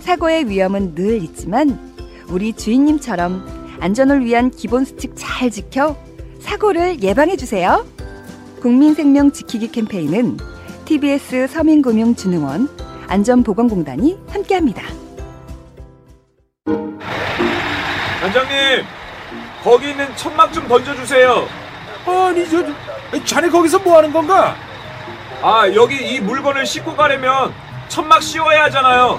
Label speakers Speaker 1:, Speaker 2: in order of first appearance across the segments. Speaker 1: 사고의 위험은 늘 있지만 우리 주인님처럼 안전을 위한 기본 수칙 잘 지켜 사고를 예방해 주세요. 국민 생명 지키기 캠페인은 TBS 서민금융진흥원 안전보건공단이 함께합니다.
Speaker 2: 원장님 거기 있는 천막 좀 던져주세요
Speaker 3: 아니 저 자네 거기서 뭐 하는 건가?
Speaker 2: 아 여기 이 물건을 싣고 가려면 천막 씌워야 하잖아요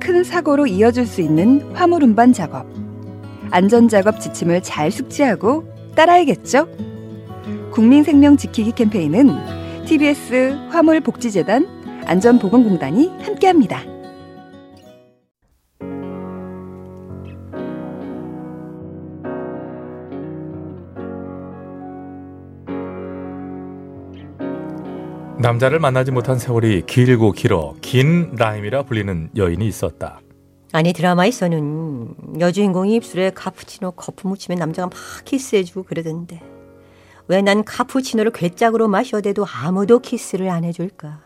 Speaker 1: 큰 사고로 이어질 수 있는 화물 운반 작업. 안전 작업 지침을 잘 숙지하고 따라야겠죠. 국민 생명 지키기 캠페인은 TBS 화물 복지재단 안전보건공단이 함께합니다.
Speaker 4: 남자를 만나지 못한 세월이 길고 길어 긴 라임이라 불리는 여인이 있었다.
Speaker 5: 아니 드라마에서는 여주인공이 입술에 카푸치노 거품 묻히면 남자가 막 키스해주고 그러던데 왜 난 카푸치노를 괴짝으로 마셔대도 아무도 키스를 안 해줄까?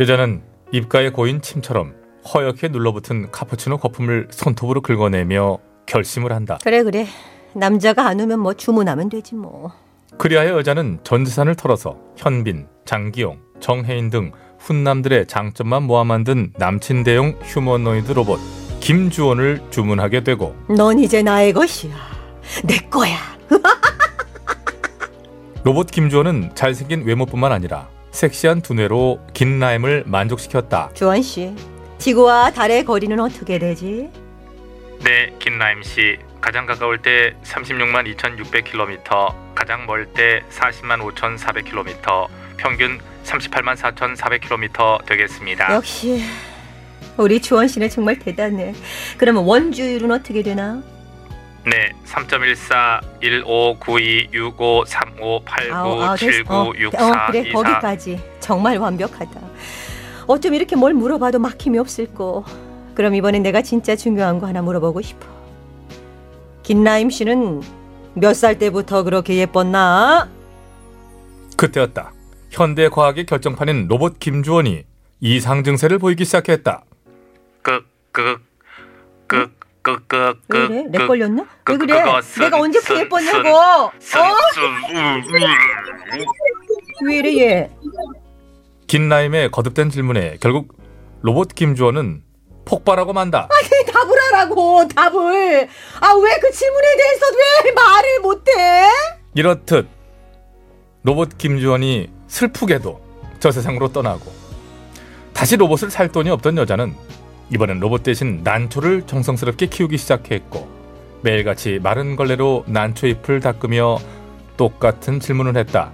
Speaker 4: 여자는 입가에 고인 침처럼 허옇게 눌러붙은 카푸치노 거품을 손톱으로 긁어내며 결심을 한다.
Speaker 5: 그래 그래 남자가 안 오면 뭐 주문하면 되지 뭐.
Speaker 4: 그리하여 여자는 전 재산을 털어서 현빈, 장기용, 정혜인 등 훈남들의 장점만 모아 만든 남친 대용 휴머노이드 로봇 김주원을 주문하게 되고
Speaker 5: 넌 이제 나의 것이야. 내 거야.
Speaker 4: 로봇 김주원은 잘생긴 외모뿐만 아니라 섹시한 두뇌로 긴 라임을 만족시켰다.
Speaker 5: 주원 씨, 지구와 달의 거리는 어떻게 되지?
Speaker 4: 네, 김라임 씨. 가장 가까울 때 36만 2,600km, 가장 멀 때 40만 5,400km, 평균 38만 4,400km 되겠습니다.
Speaker 5: 역시 우리 주원 씨는 정말 대단해. 그러면 원주율은 어떻게 되나?
Speaker 4: 네, 3.14 15 92 65 35 89
Speaker 5: 아,
Speaker 4: 79 64
Speaker 5: 네, 어, 그래
Speaker 4: 24.
Speaker 5: 어, 거기까지 정말 완벽하다. 어쩜 이렇게 뭘 물어봐도 막힘이 없을꼬. 그럼 이번엔 내가 진짜 중요한 거 하나 물어보고 싶어. 김나임 씨는 몇 살 때부터 그렇게 예뻤나?
Speaker 4: 그때였다. 현대 과학의 결정판인 로봇 김주원이 이상 증세를 보이기 시작했다.
Speaker 5: 왜 그래? 내 걸렸나? 왜
Speaker 4: 그-
Speaker 5: 그래?
Speaker 4: 그거 쓴-
Speaker 5: 내가 언제 그렇게
Speaker 4: 쓴-
Speaker 5: 예뻤냐고?
Speaker 4: 쓴-
Speaker 5: 어?
Speaker 4: 쓴- 음, 음.
Speaker 5: 왜 이래 얘?
Speaker 4: 긴 라임의 거듭된 질문에 결국 로봇 김주원은 폭발하고 만다.
Speaker 5: 답을 하라고 답을 아 왜 그 질문에 대해서 왜 말을 못해
Speaker 4: 이렇듯 로봇 김주원이 슬프게도 저 세상으로 떠나고 다시 로봇을 살 돈이 없던 여자는 이번엔 로봇 대신 난초를 정성스럽게 키우기 시작했고 매일같이 마른 걸레로 난초 잎을 닦으며 똑같은 질문을 했다.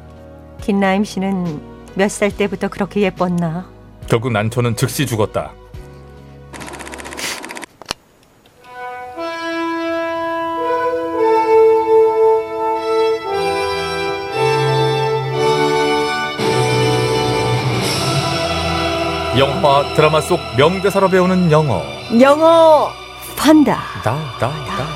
Speaker 5: 김나임 씨는 몇 살 때부터 그렇게 예뻤나
Speaker 4: 결국 난초는 즉시 죽었다. 영화 드라마 속 명대사로 배우는 영어
Speaker 5: 영어 판다
Speaker 4: 다다다다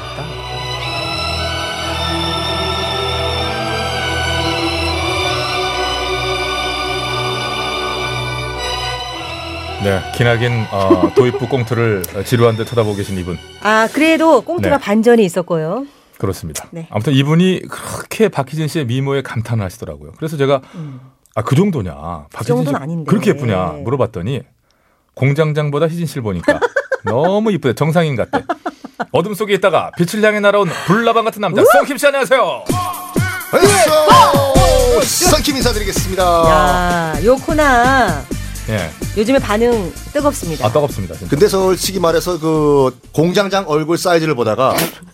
Speaker 4: 네, 기나긴 어, 도입부 꽁트를 지루한 듯 쳐다보고 계신 이분
Speaker 5: 아 그래도 꽁트가
Speaker 4: 네.
Speaker 5: 반전이 있었고요
Speaker 4: 그렇습니다.
Speaker 5: 네.
Speaker 4: 아무튼 이분이 그렇게 박희진 씨의 미모에 감탄을 하시더라고요. 그래서 제가 아 그 정도냐, 박희진 씨
Speaker 5: 음. 정도는 아닌데.
Speaker 4: 그렇게 예쁘냐 물어봤더니 공장장보다 희진 씨를 보니까 너무 이쁘대, 정상인 같대. 어둠 속에 있다가 빛을 향해 날아온 불나방 같은 남자 썬킴 씨 안녕하세요. 네. 어,
Speaker 6: 안녕하세요. 썬킴 인사드리겠습니다.
Speaker 4: 아.
Speaker 5: 야, 요 코나
Speaker 4: 예,
Speaker 5: 요즘에 반응 뜨겁습니다.
Speaker 4: 아 따갑습니다. 진짜.
Speaker 6: 근데 솔직히 말해서 그 공장장 얼굴 사이즈를 보다가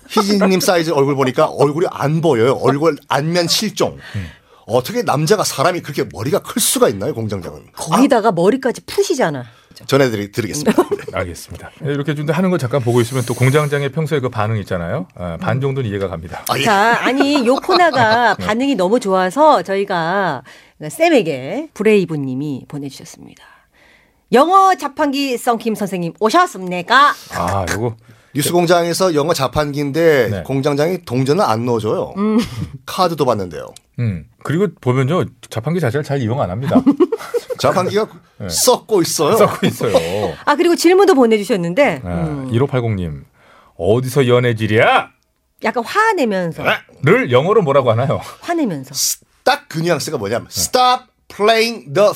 Speaker 6: 희진님 사이즈 얼굴 보니까 얼굴이 안 보여요. 얼굴 안면 실종.
Speaker 4: 음.
Speaker 6: 어떻게 남자가 사람이 그렇게 머리가 클 수가 있나요, 공장장은?
Speaker 5: 거기다가 머리까지 푸시잖아.
Speaker 6: 전해드리겠습니다.
Speaker 4: 음. 알겠습니다. 예, 이렇게 준데 하는 걸 잠깐 보고 있으면 또 공장장의 평소에 그 반응 있잖아요. 아, 반 정도는 이해가 갑니다.
Speaker 6: 아, 예.
Speaker 5: 자, 아니 요 코나가
Speaker 4: 네.
Speaker 5: 반응이 너무 좋아서 저희가 쌤에게 브레이브님이 보내주셨습니다. 영어 자판기 썬킴 선생님 오셨습니까?
Speaker 4: 아, 요거
Speaker 6: 뉴스 공장에서 영어 자판기인데
Speaker 4: 네.
Speaker 6: 공장장이 동전을 안 넣어줘요. 카드도 받는데요.
Speaker 4: 음. 그리고 보면요. 자판기 자체를 잘 이용 안 합니다.
Speaker 6: 자판기가 썩고 있어요.
Speaker 4: 네. 썩고 있어요.
Speaker 5: 아 그리고 질문도 보내주셨는데
Speaker 4: 아,
Speaker 5: 음,
Speaker 4: 1580님. 어디서 연애질이야?
Speaker 5: 약간 화내면서
Speaker 6: 네.
Speaker 4: 를 영어로 뭐라고 하나요?
Speaker 5: 화내면서
Speaker 4: 네.
Speaker 6: 딱 그 뉘앙스가 뭐냐면 stop playing the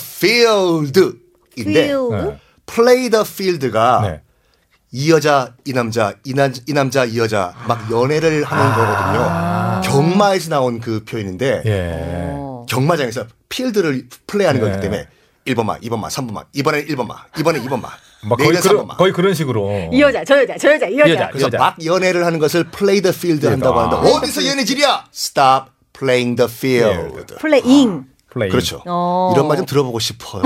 Speaker 6: field인데
Speaker 5: 휘우.
Speaker 4: 네.
Speaker 6: play the field가
Speaker 4: 네.
Speaker 6: 이 여자 이 남자 이, 남, 이 남자 이 여자 막 연애를 하는 거거든요. 경마에서 나온 그 표현인데
Speaker 4: 아. 예.
Speaker 5: 어.
Speaker 6: 경마장에서 필드를 플레이하는
Speaker 4: 네.
Speaker 6: 거기 때문에 1번마, 2번마, 3번마, 이번엔 1번마, 네, 이번엔 2번마,
Speaker 4: 막 거의
Speaker 6: 내일은
Speaker 4: 그런
Speaker 6: 3번마.
Speaker 4: 거의 그런 식으로.
Speaker 5: 이 여자 저 여자 저 여자 이 여자
Speaker 4: 여자.
Speaker 6: 그래서
Speaker 4: 여자.
Speaker 6: 막 연애를 하는 것을 play the field 한다고
Speaker 4: 아.
Speaker 6: 하는데 어디서 연애질이야? stop playing the field.
Speaker 5: 플레잉
Speaker 4: 플레이.
Speaker 6: 그렇죠.
Speaker 5: 어.
Speaker 6: 이런 말 좀 들어보고 싶어요.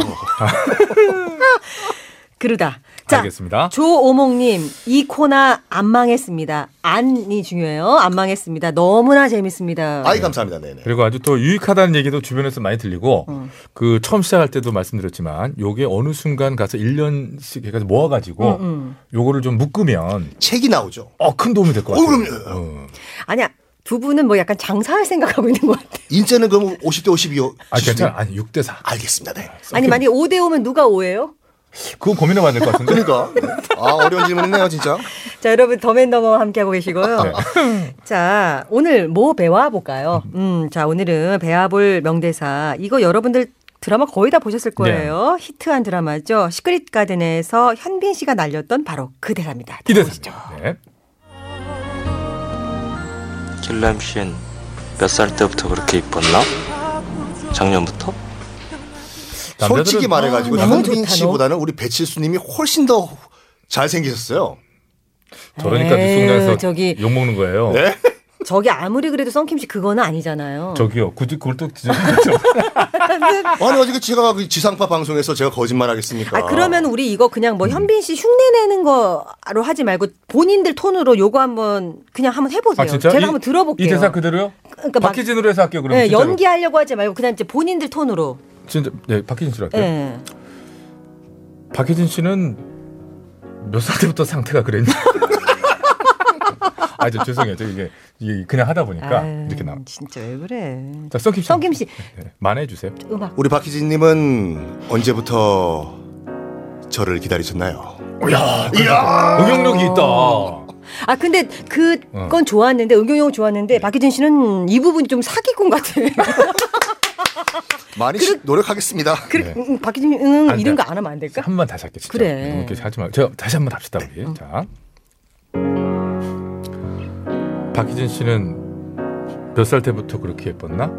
Speaker 5: 그러다. 자,
Speaker 4: 알겠습니다.
Speaker 5: 조오몽님 이 코나 안 망했습니다. 안이 중요해요. 안 망했습니다. 너무나 재밌습니다.
Speaker 6: 아이 감사합니다. 네네.
Speaker 4: 그리고 아주 또 유익하다는 얘기도 주변에서 많이 들리고 그 처음 시작할 때도 말씀드렸지만 요게 어느 순간 가서 1년씩 해가지고 모아가지고 요거를 좀 묶으면
Speaker 6: 책이 나오죠.
Speaker 4: 어 큰 도움이 될 것 같아요.
Speaker 6: 어, 그럼요.
Speaker 4: 어.
Speaker 5: 아니야. 두 분은 뭐 약간 장사할 생각하고 있는 것 같아.
Speaker 6: 인제는 그럼 50대 52요.
Speaker 4: 아 괜찮아. 아니 6대 4.
Speaker 6: 알겠습니다. 네.
Speaker 5: 아니 만약에 5대 5면 누가 5예요?
Speaker 4: 그거 고민해봐야 될 것 같은데.
Speaker 6: 그러니까 아 어려운 질문이네요 진짜.
Speaker 5: 자, 여러분 더맨더머 뭐 함께하고 계시고요. 자, 오늘 뭐 배워볼까요? 음, 자, 오늘은 배워볼 명대사. 이거 여러분들 드라마 거의 다 보셨을 거예요. 히트한 드라마죠. 시크릿 가든에서 현빈 씨가 날렸던 바로 그 대사입니다.
Speaker 4: 이
Speaker 5: 들어보시죠.
Speaker 4: 대사입니다. 네.
Speaker 7: 길라임 씨는 몇 살 때부터 그렇게 이뻤나? 작년부터?
Speaker 4: 남자들은-
Speaker 6: 솔직히 말해가지고
Speaker 5: 아, 너무
Speaker 6: 현빈
Speaker 5: 좋다,
Speaker 6: 씨보다는 우리 배칠수님이 훨씬 더 잘생기셨어요.
Speaker 4: 저러니까
Speaker 5: 에휴,
Speaker 4: 뉴스공장에서
Speaker 5: 저기-
Speaker 4: 욕 먹는 거예요.
Speaker 6: 네?
Speaker 5: 저기 아무리 그래도 썬킴 씨 그거는 아니잖아요.
Speaker 4: 저기요. 굳이 그걸 또 지적했죠.
Speaker 6: 아니 어떻게 제가 그 지상파 방송에서 제가 거짓말하겠습니까?
Speaker 5: 아, 그러면 우리 이거 그냥
Speaker 4: 음.
Speaker 5: 뭐 현빈 씨 흉내 내는 거로 하지 말고 본인들 톤으로 요거 한번 그냥 한번 해보세요.
Speaker 4: 아 진짜?
Speaker 5: 제가
Speaker 4: 이-
Speaker 5: 한번 들어볼게요.
Speaker 4: 이 대사 그대로요?
Speaker 5: 그러니까 막-
Speaker 4: 박희진으로 해서 할게요. 그러면
Speaker 5: 예,
Speaker 4: 진짜로.
Speaker 5: 연기하려고 하지 말고 그냥 이제 본인들 톤으로.
Speaker 4: 진짜 네 박희진 씨로
Speaker 5: 예.
Speaker 4: 할게요. 박혜진 씨는 몇 살 때부터 상태가 그랬냐? 아, 저 죄송해요. 저 이게, 이게 그냥 하다 보니까
Speaker 5: 아유,
Speaker 4: 그러니까 이렇게 나와.
Speaker 5: 진짜 왜 그래?
Speaker 4: 자, 썬킴 씨.
Speaker 5: 성김 씨
Speaker 4: 네, 만회해 주세요.
Speaker 5: 음악.
Speaker 6: 우리 박희진님은 언제부터 저를 기다리셨나요?
Speaker 4: 응용력이 있다.
Speaker 5: 아 근데
Speaker 4: 어.
Speaker 5: 그건 좋았는데 응용용
Speaker 4: 네.
Speaker 5: 좋았는데 박희진 씨는 이 부분 좀 사기꾼 같아.
Speaker 6: 많이 시- 노력하겠습니다.
Speaker 5: 그래 음, 박희진 응
Speaker 4: 안 돼.
Speaker 5: 이런 거 안 하면 안 될까?
Speaker 4: 한 번 다시 할게요. 진짜.
Speaker 5: 그래. 어.
Speaker 4: 이렇게 하지 말고. 제가 다시 한 번 합시다, 우리. 자. 박희진 씨는 몇 살 때부터 그렇게 예뻤나?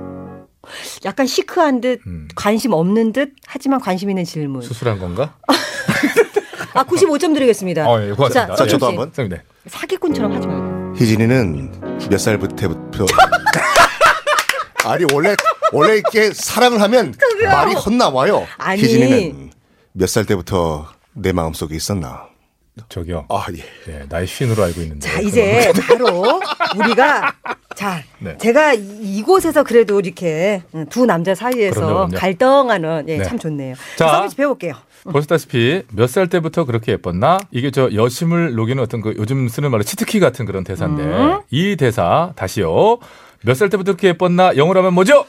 Speaker 5: 약간 시크한 듯
Speaker 4: 음.
Speaker 5: 관심 없는 듯 하지만 관심 있는 질문.
Speaker 4: 수술한 건가?
Speaker 5: 아 95점 드리겠습니다.
Speaker 4: 어, 예, 고맙습니다.
Speaker 6: 자,
Speaker 5: 예.
Speaker 6: 저도 한번.
Speaker 4: 선생님, 네.
Speaker 5: 사기꾼처럼 하지 말고.
Speaker 6: 희진이는 몇 살부터부터 아니 원래 원래 이렇게 사랑을 하면 말이 헛나와요.
Speaker 5: 아니.
Speaker 6: 희진이는 몇 살 때부터 내 마음 속에 있었나?
Speaker 4: 저기요.
Speaker 6: 아 예.
Speaker 4: 예, 나이 쉰으로 알고 있는데.
Speaker 5: 자 이제 바로 우리가 자
Speaker 4: 네.
Speaker 5: 제가 이- 이곳에서 그래도 이렇게 두 남자 사이에서
Speaker 4: 그럼요, 그럼요.
Speaker 5: 갈등하는 예,
Speaker 4: 네.
Speaker 5: 참 좋네요.
Speaker 4: 자.
Speaker 5: 자, 서 배워볼게요.
Speaker 4: 보시다시피 몇 살 때부터 그렇게 예뻤나? 이게 저 여심을 녹이는 어떤 그 요즘 쓰는 말로 치트키 같은 그런 대사인데
Speaker 6: 음.
Speaker 4: 이 대사 다시요. 몇 살 때부터 그렇게 예뻤나? 영어로 하면 뭐죠?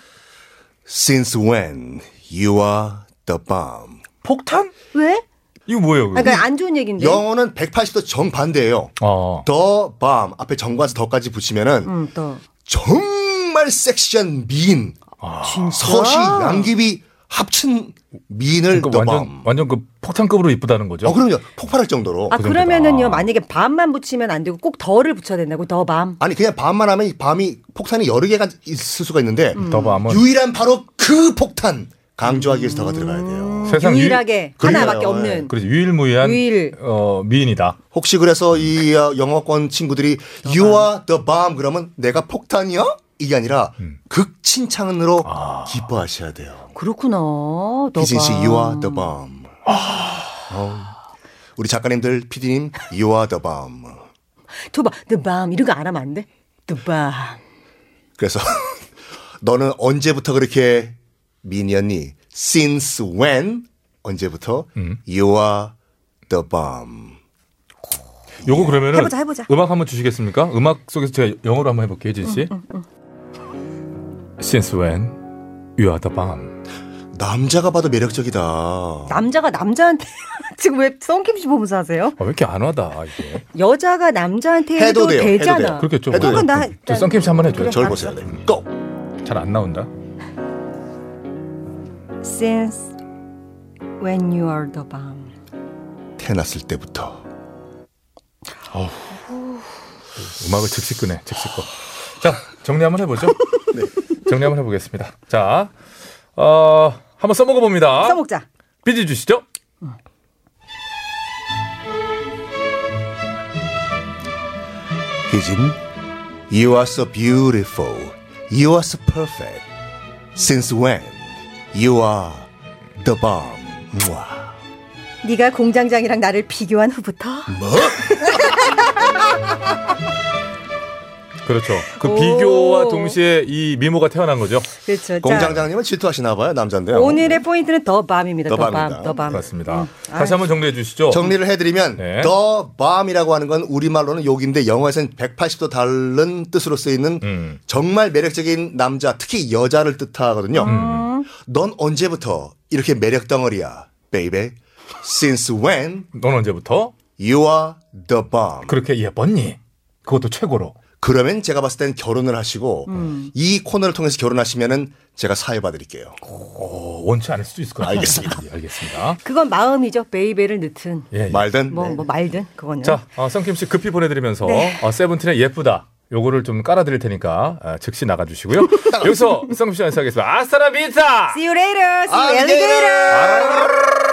Speaker 6: Since when you are the bomb.
Speaker 4: 폭탄?
Speaker 5: 왜?
Speaker 4: 이거 뭐예요? 그거?
Speaker 5: 아, 그러니까 안 좋은 얘기인데.
Speaker 6: 영어는 180도 정반대예요.
Speaker 4: 어.
Speaker 6: 더 밤 앞에 정과서 더까지 붙이면은
Speaker 5: 음, 또. 아.
Speaker 4: 아,
Speaker 6: 정말 섹시한 미인 서시 양귀비 합친 미인을
Speaker 4: 그러니까
Speaker 6: 더
Speaker 4: 완전
Speaker 6: 밤.
Speaker 4: 완전 그 폭탄급으로 이쁘다는 거죠.
Speaker 6: 어, 그럼요. 폭발할 정도로.
Speaker 5: 아
Speaker 4: 그 정도다.
Speaker 5: 그러면은요 만약에 밤만 붙이면 안 되고 꼭 더를 붙여야 된다고 더 밤.
Speaker 6: 아니 그냥 밤만 하면 이 밤이 폭탄이 여러 개가 있을 수가 있는데
Speaker 4: 음. 더 밤은
Speaker 6: 유일한 바로 그 폭탄 강조하기 위해서 더가 들어가야 돼요.
Speaker 4: 세상 유-
Speaker 5: 유일하게
Speaker 6: 그러니까요.
Speaker 5: 하나밖에 없는.
Speaker 4: 어, 그렇지 유일무이한
Speaker 5: 유일.
Speaker 4: 어, 미인이다.
Speaker 6: 혹시 그래서 이 어, 영어권 친구들이 You are the bomb 그러면 내가 폭탄이야? 이게 아니라
Speaker 4: 음.
Speaker 6: 극칭찬으로
Speaker 4: 아.
Speaker 6: 기뻐하셔야 돼요.
Speaker 5: 그렇구나. 더
Speaker 6: 희진 씨
Speaker 5: 밤.
Speaker 6: You are the bomb. 어. 우리 작가님들 PD님 You are the bomb.
Speaker 5: 더밤, 더밤 이런 거 안 하면 안 돼? 더밤.
Speaker 6: 그래서 너는 언제부터 그렇게 미니언니? Since when? 언제부터? You are the bomb.
Speaker 4: 요거 그러면은
Speaker 5: 해보자, 해보자.
Speaker 4: 음악 한번 주시겠습니까? 음악 속에서 제가 영어로 한번 해볼게요, 혜진 씨. Since when you are the bomb.
Speaker 6: 남자가 봐도 매력적이다.
Speaker 5: 남자가 남자한테 지금 왜 성김 씨 보면서 하세요?
Speaker 4: 아, 왜 이렇게 안 와다 이게?
Speaker 5: 여자가 남자한테 해도,
Speaker 6: 해도 돼요, 해도
Speaker 5: 되잖아.
Speaker 6: 돼요.
Speaker 4: 그렇겠죠.
Speaker 6: 해도
Speaker 4: 뭐.
Speaker 5: 돼요. 나-
Speaker 4: 저 썬킴 씨 한번 해줘요.
Speaker 6: 저를 보세요. 네. 고!
Speaker 4: 잘 안 나온다.
Speaker 5: Since when you are the bomb.
Speaker 6: 태어났을 때부터.
Speaker 4: 음악을 즉시 끄네, 즉시 꺼. 자, 정리 한번 해보죠.
Speaker 5: 네.
Speaker 4: 정리 한번 해보겠습니다. 자, 어, 한번 써먹어 봅니다.
Speaker 5: 써먹자.
Speaker 4: 빚어 주시죠.
Speaker 6: 희진, you are so beautiful. You are so perfect. Since when? You are the bomb. 우와.
Speaker 5: 네가 공장장이랑 나를 비교한 후부터
Speaker 4: 그렇죠. 그
Speaker 5: 오.
Speaker 4: 비교와 동시에 이 미모가 태어난 거죠.
Speaker 5: 그렇죠. 자,
Speaker 6: 공장장님은 질투하시나 봐요, 남잔데요.
Speaker 5: 오늘의 포인트는 더 밤입니다.
Speaker 6: 더
Speaker 5: 더 밤,
Speaker 6: 밤입니다.
Speaker 5: 더 밤.
Speaker 4: 그렇습니다. 다시 한번 정리해 주시죠.
Speaker 6: 정리를 해드리면
Speaker 4: 어, 네.
Speaker 6: 더 밤이라고 하는 건 우리말로는 욕인데 영어에서는 180도 다른 뜻으로 쓰이는
Speaker 4: 음.
Speaker 6: 정말 매력적인 남자, 특히 여자를 뜻하거든요.
Speaker 4: 음.
Speaker 6: 넌 언제부터 이렇게 매력 덩어리야, baby? Since when
Speaker 4: 넌 언제부터
Speaker 6: you are the bomb?
Speaker 4: 그렇게 예뻤니? 그것도 최고로.
Speaker 6: 그러면 제가 봤을 땐 결혼을 하시고
Speaker 4: 음.
Speaker 6: 이 코너를 통해서 결혼하시면은 제가 사회 봐드릴게요.
Speaker 4: 어, 원치 않을 수도 있을 것 같아요.
Speaker 6: 알겠습니다.
Speaker 4: 예, 알겠습니다.
Speaker 5: 그건 마음이죠. 베이베를 넣든
Speaker 4: 예, 예.
Speaker 6: 말든
Speaker 5: 뭐, 뭐 말든 그거는.
Speaker 4: 자, 어, 성킴 씨 급히 보내드리면서 어, 세븐틴의 예쁘다. 요거를 좀 깔아드릴 테니까 어, 즉시 나가주시고요. 여기서 성킴 씨와 인사하겠습니다. 아싸라 비타!
Speaker 6: 아,
Speaker 5: See you later. See you
Speaker 6: 네, 알리게이터!
Speaker 5: alligator.